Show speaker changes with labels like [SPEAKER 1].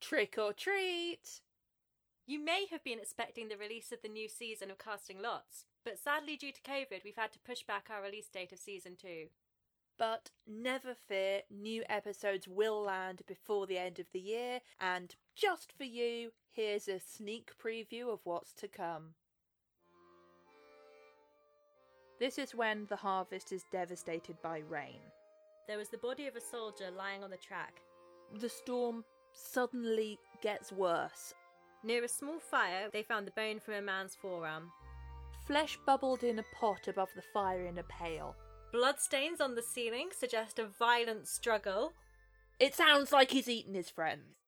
[SPEAKER 1] Trick or treat!
[SPEAKER 2] You may have been expecting the release of the new season of Casting Lots, but sadly, due to COVID, we've had to push back our release date of season two.
[SPEAKER 1] But never fear, new episodes will land before the end of the year, and just for you, here's a sneak preview of what's to come. This is when the harvest is devastated by rain.
[SPEAKER 2] There was the body of a soldier lying on the track.
[SPEAKER 1] The storm suddenly gets worse.
[SPEAKER 2] Near a small fire, they found the bone from a man's forearm.
[SPEAKER 1] Flesh bubbled in a pot above the fire in a pail.
[SPEAKER 2] Bloodstains on the ceiling suggest a violent struggle.
[SPEAKER 1] It sounds like he's eaten his friends.